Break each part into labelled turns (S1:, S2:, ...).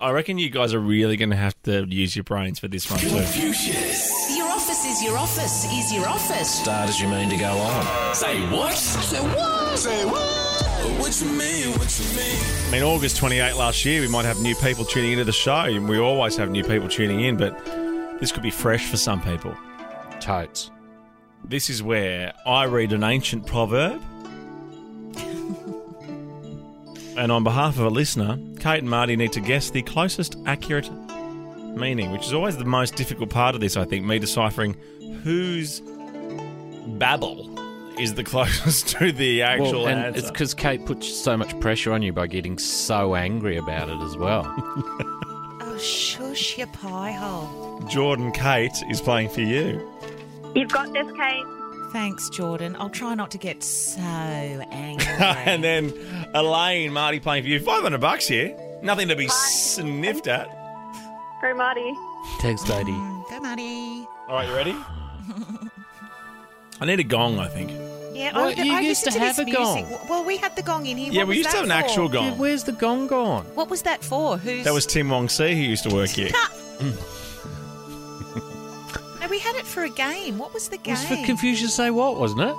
S1: I reckon you guys are really going to have to use your brains for this one too.
S2: Confucius.
S3: Your office is your office is your office.
S4: Start as you mean to go on.
S2: Say what? Say what? Say what? What you mean? What you mean?
S1: I mean, August 28 last year, we might have new people tuning into the show, and we always have new people tuning in, but this could be fresh for some people.
S4: Totes.
S1: This is where I read an ancient proverb. and on behalf of a listener, Kate and Marty need to guess the closest accurate meaning, which is always the most difficult part of this, I think, me deciphering whose babble is the closest to the actual
S4: Well, and
S1: answer.
S4: it's because Kate put so much pressure on you by getting so angry about it as well.
S3: Oh, shush your pie hole.
S1: Jordan Kate is playing for you.
S5: You've got this, Kate.
S3: Thanks, Jordan. I'll try not to get so angry.
S1: and then Elaine, Marty playing for you. 500 bucks here. Nothing to be sniffed at.
S5: Go, Marty.
S4: Thanks, lady.
S3: Go, Marty.
S1: All right, you ready? I need a gong, I think.
S3: Yeah,
S4: Well,
S3: I,
S4: you
S3: I
S4: used
S3: listened
S4: to have
S3: this
S4: a gong.
S3: music. Well, we had the gong in here.
S1: yeah,
S3: What
S1: we
S3: was
S1: used to
S3: that
S1: have an actual
S3: for?
S1: gong.
S4: where's the gong gone?
S3: What was that for? Who's
S1: that was Tim Wong See who used to work here.
S3: No, we had it for a game. What was the
S4: It
S3: game?
S4: was for Confucius Say What, wasn't it?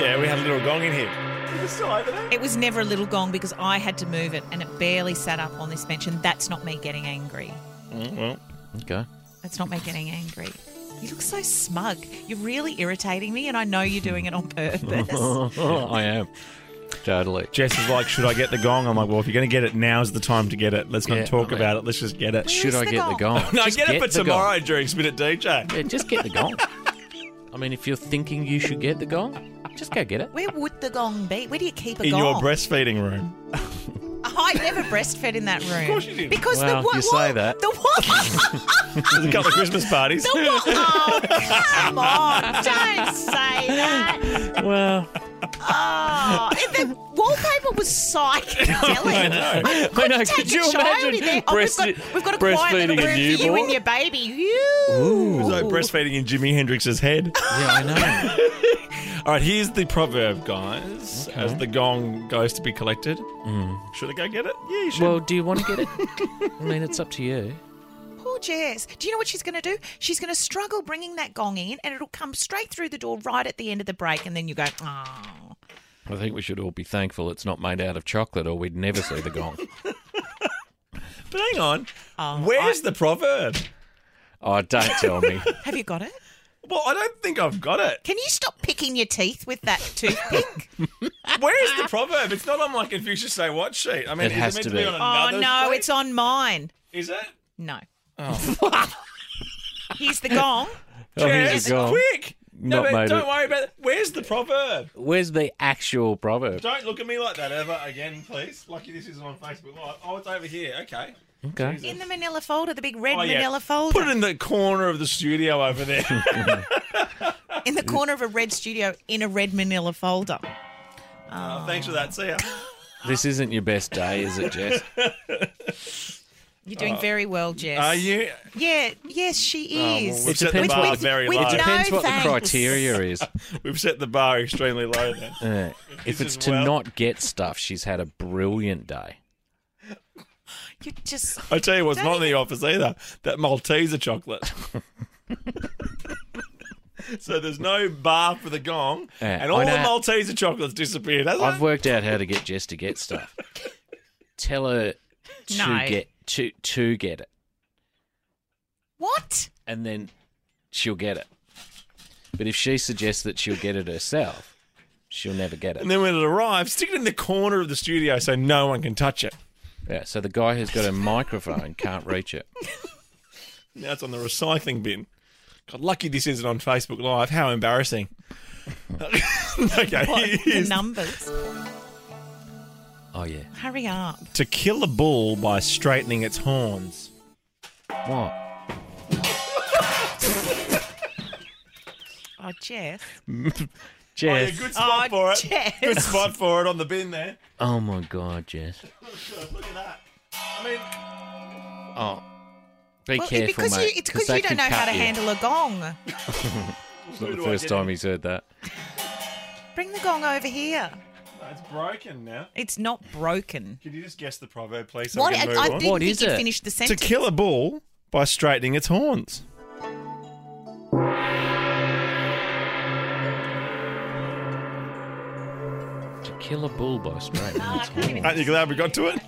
S1: yeah, we had a little gong in here. Is it still over there?
S3: It was never a little gong because I had to move it and it barely sat up on this bench, and that's not me getting angry.
S1: Mm, well,
S4: Okay.
S3: That's not me getting angry. You look so smug. You're really irritating me, and I know you're doing it on purpose.
S4: I am. Totally.
S1: Jess is like, should I get the gong? I'm like, well, if you're going to get it, now's the time to get it. Let's not
S4: Yeah,
S1: talk
S4: I mean-
S1: about it. Let's just get it.
S4: Should I
S3: the
S4: get the
S3: gong?
S4: gong?
S1: no,
S4: Just
S1: get, it for
S4: the gong.
S1: tomorrow during Spin It DJ.
S4: Yeah, just get the gong. I mean, if you're thinking you should get the gong, just go get it.
S3: Where would the gong be? Where do you keep a
S1: In
S3: gong? Oh,
S1: your breastfeeding room.
S3: I never breastfed in that room. Of
S1: course you didn't.
S3: Because
S4: Well,
S3: the what?
S4: you say that.
S3: The what?
S1: There's a couple of Christmas parties.
S3: the what? Oh, come on! Don't say that.
S4: Well,
S3: Oh, and the wallpaper was psychedelic.
S4: I know. I know.
S3: Take
S4: Could
S3: a
S4: you
S3: child in there.
S4: imagine
S3: Oh,
S4: breast-
S3: we've, got, we've got a quiet little room
S4: breastfeeding a
S3: for you
S4: newborn?
S3: and your baby. You.
S1: It was like breastfeeding in Jimi Hendrix's head.
S4: Yeah, I know.
S1: All right, here's the proverb, guys. As the gong goes to be collected, should I go get it? Yeah, you should.
S4: Mm. Well, do you want to get it? I mean, it's up to you.
S3: Poor Jess. Do you know what she's going to do? She's going to struggle bringing that gong in, and it'll come straight through the door right at the end of the break, and then you go, oh.
S4: I think we should all be thankful it's not made out of chocolate, or we'd never see the gong.
S1: but hang on,
S3: Um,
S1: where's
S3: I-
S1: the proverb?
S4: oh, don't tell me.
S3: Have you got it?
S1: Well, I don't think I've got it.
S3: Can you stop picking your teeth with that toothpick?
S1: Where's the proverb? It's not on my Confucius Say What sheet. I mean,
S4: It
S1: is
S4: has
S1: it meant
S4: to
S1: to be,
S4: be.
S1: on
S3: oh,
S1: another
S3: no,
S1: sheet?
S3: it's on mine.
S1: Is it?
S3: No.
S1: Oh.
S3: Here's the gong.
S4: Oh, here's
S1: Jess,
S4: the gong.
S1: quick! No,
S4: Not
S1: but
S4: made
S1: don't
S4: it.
S1: worry about it. Where's the proverb?
S4: Where's the actual proverb?
S1: Don't look at me like that ever again, please. Lucky this is on Facebook Live. Oh, it's over here. Okay.
S4: Okay.
S3: In the manila folder, the big red
S1: Oh, yeah.
S3: manila folder.
S1: Put it in the corner of the studio over there.
S3: in the corner of a red studio in a red manila folder.
S1: Oh, thanks for that. See ya.
S4: This isn't your best day, is it, Jess?
S3: You're doing very well, Jess.
S1: Oh. Are you? Oh,
S3: Yeah, yes, she
S1: well,
S3: is.
S1: we've set the
S4: depends
S1: bar
S4: what-
S1: very
S3: with
S1: low.
S3: no-
S4: Depends what
S3: thanks.
S4: the criteria is.
S1: We've set the bar extremely low then.
S4: Uh, if
S1: This
S4: it's
S1: is
S4: to
S1: well-
S4: not get stuff, she's had a brilliant day.
S3: you just
S1: I tell you what's not in the office either. That Malteser chocolate. so there's no bar for the gong,
S4: Yeah,
S1: and all
S4: I
S1: the
S4: know.
S1: Malteser chocolates disappeared. Hasn't
S4: I've
S1: it?
S4: worked out how to get Jess to get stuff. Tell her to
S3: No.
S4: get to to get it,
S3: what?
S4: and then she'll get it. But if she suggests that she'll get it herself, she'll never get
S1: And
S4: it.
S1: then when it arrives, stick it in the corner of the studio so no one can touch it.
S4: Yeah. So the guy who's got a microphone can't reach it.
S1: Now it's on the recycling bin. God, lucky this isn't on Facebook Live. How embarrassing. okay,
S3: What? the
S1: here's
S3: numbers.
S4: Oh yeah.
S3: Hurry up.
S1: to kill a bull by straightening its horns.
S4: What?
S3: Oh, Jeff.
S4: Jess.
S1: Oh, yeah, good spot
S3: Oh,
S1: for it.
S3: Jess.
S1: Good spot for it on the bin there.
S4: oh my God, Jess.
S1: Look at that. I mean,
S4: Oh. Be
S3: Well,
S4: careful,
S3: it- because
S4: mate.
S3: you, it's because
S4: that
S3: you don't
S4: could
S3: know how
S4: cut
S3: to
S4: you.
S3: handle a gong.
S4: It's not
S1: Who
S4: the
S1: do I
S4: first
S1: get
S4: time
S1: in?
S4: he's heard that.
S3: Bring the gong over here.
S1: No, It's broken now.
S3: It's not broken.
S1: Can you just guess the proverb, please? So
S3: What?
S1: we
S3: I,
S1: can move
S3: I
S1: on?
S3: didn't
S4: What
S3: think
S4: is
S3: you
S4: it?
S3: finished the
S1: to
S3: sentence.
S1: kill a bull by straightening its horns.
S4: To kill a bull by straightening
S3: Oh,
S4: its horns.
S1: Aren't you glad we got to it?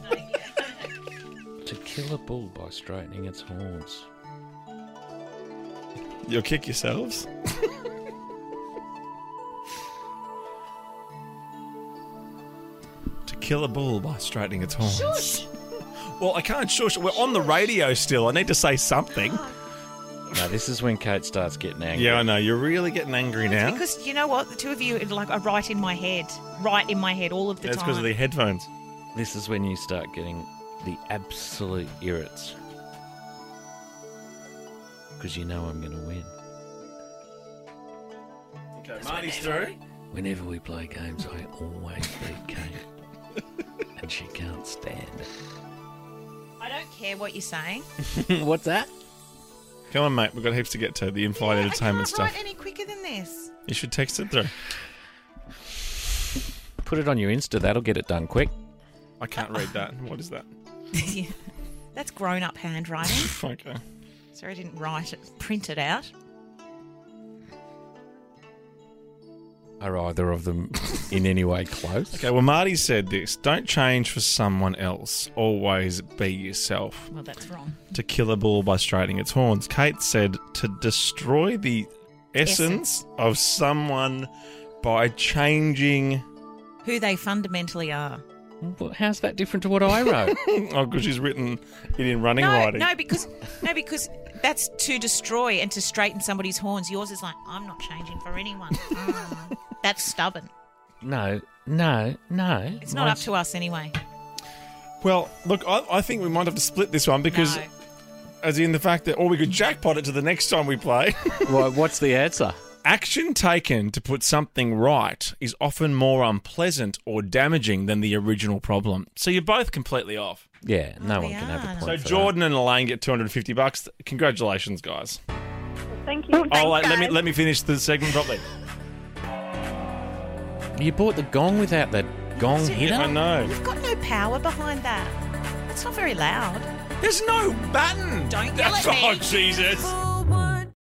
S4: To kill a bull by straightening its horns.
S1: You'll kick yourselves. to kill a bull by straightening its horns. Shush! Well, I can't shush. We're on the radio still. I need to say something.
S4: Now this is when Kate starts getting angry.
S1: Yeah, I know. You're really getting angry now.
S3: Because you know what? The two of you are like are right in my head. Right in my head all of the
S1: That's
S3: time.
S1: because of the headphones.
S4: This is when you start getting the absolute irrits. Because you know I'm going to win.
S1: Okay, Marty's through.
S4: Whenever we play games, I always beat Kate. and she can't stand
S3: I don't care what you're saying.
S4: it. What's that?
S1: Come on, mate. We've got heaps to get to. The in-flight
S3: Yeah,
S1: entertainment
S3: I can't
S1: stuff.
S3: write any quicker than this.
S1: You should text it through.
S4: Put it on your Insta, that'll get it done quick.
S1: I can't read that. What is that?
S3: Yeah. That's grown up handwriting.
S1: Okay.
S3: Sorry I didn't write it, print it out.
S4: Are either of them in any way close?
S1: Okay, well, Marty said this don't change for someone else, always be yourself.
S3: Well, that's wrong.
S1: To kill a bull by straightening its horns. Kate said to destroy the essence,
S3: Essence.
S1: of someone by changing.
S3: Who they fundamentally are.
S4: Well, how's that different to what I wrote?
S1: Oh, because she's written it in running
S3: No,
S1: writing.
S3: no, because no, because that's to destroy and to straighten somebody's horns. Yours is like, I'm not changing for anyone. Mm. that's stubborn.
S4: no, no, no.
S3: It's not up to us anyway.
S1: Well, look, I, I think we might have to split this one because,
S3: No.
S1: as in the fact that, or we could jackpot it to the next time we play.
S4: Well, what's the answer?
S1: Action taken to put something right is often more unpleasant or damaging than the original problem. So you're both completely off.
S4: Yeah, no
S3: Oh,
S4: one
S3: we
S4: can have
S3: are.
S4: a
S1: So
S4: point. for
S1: Jordan and Elaine get 250 bucks. Congratulations, guys.
S5: Thank you.
S1: oh, wait, let me let me finish the segment properly.
S4: that. You bought the gong without that gong
S1: I
S4: hitter?
S1: know.
S3: You've got no power behind that. It's not very loud.
S1: There's no button.
S3: Don't yell
S1: That's,
S3: at me.
S1: Oh Jesus.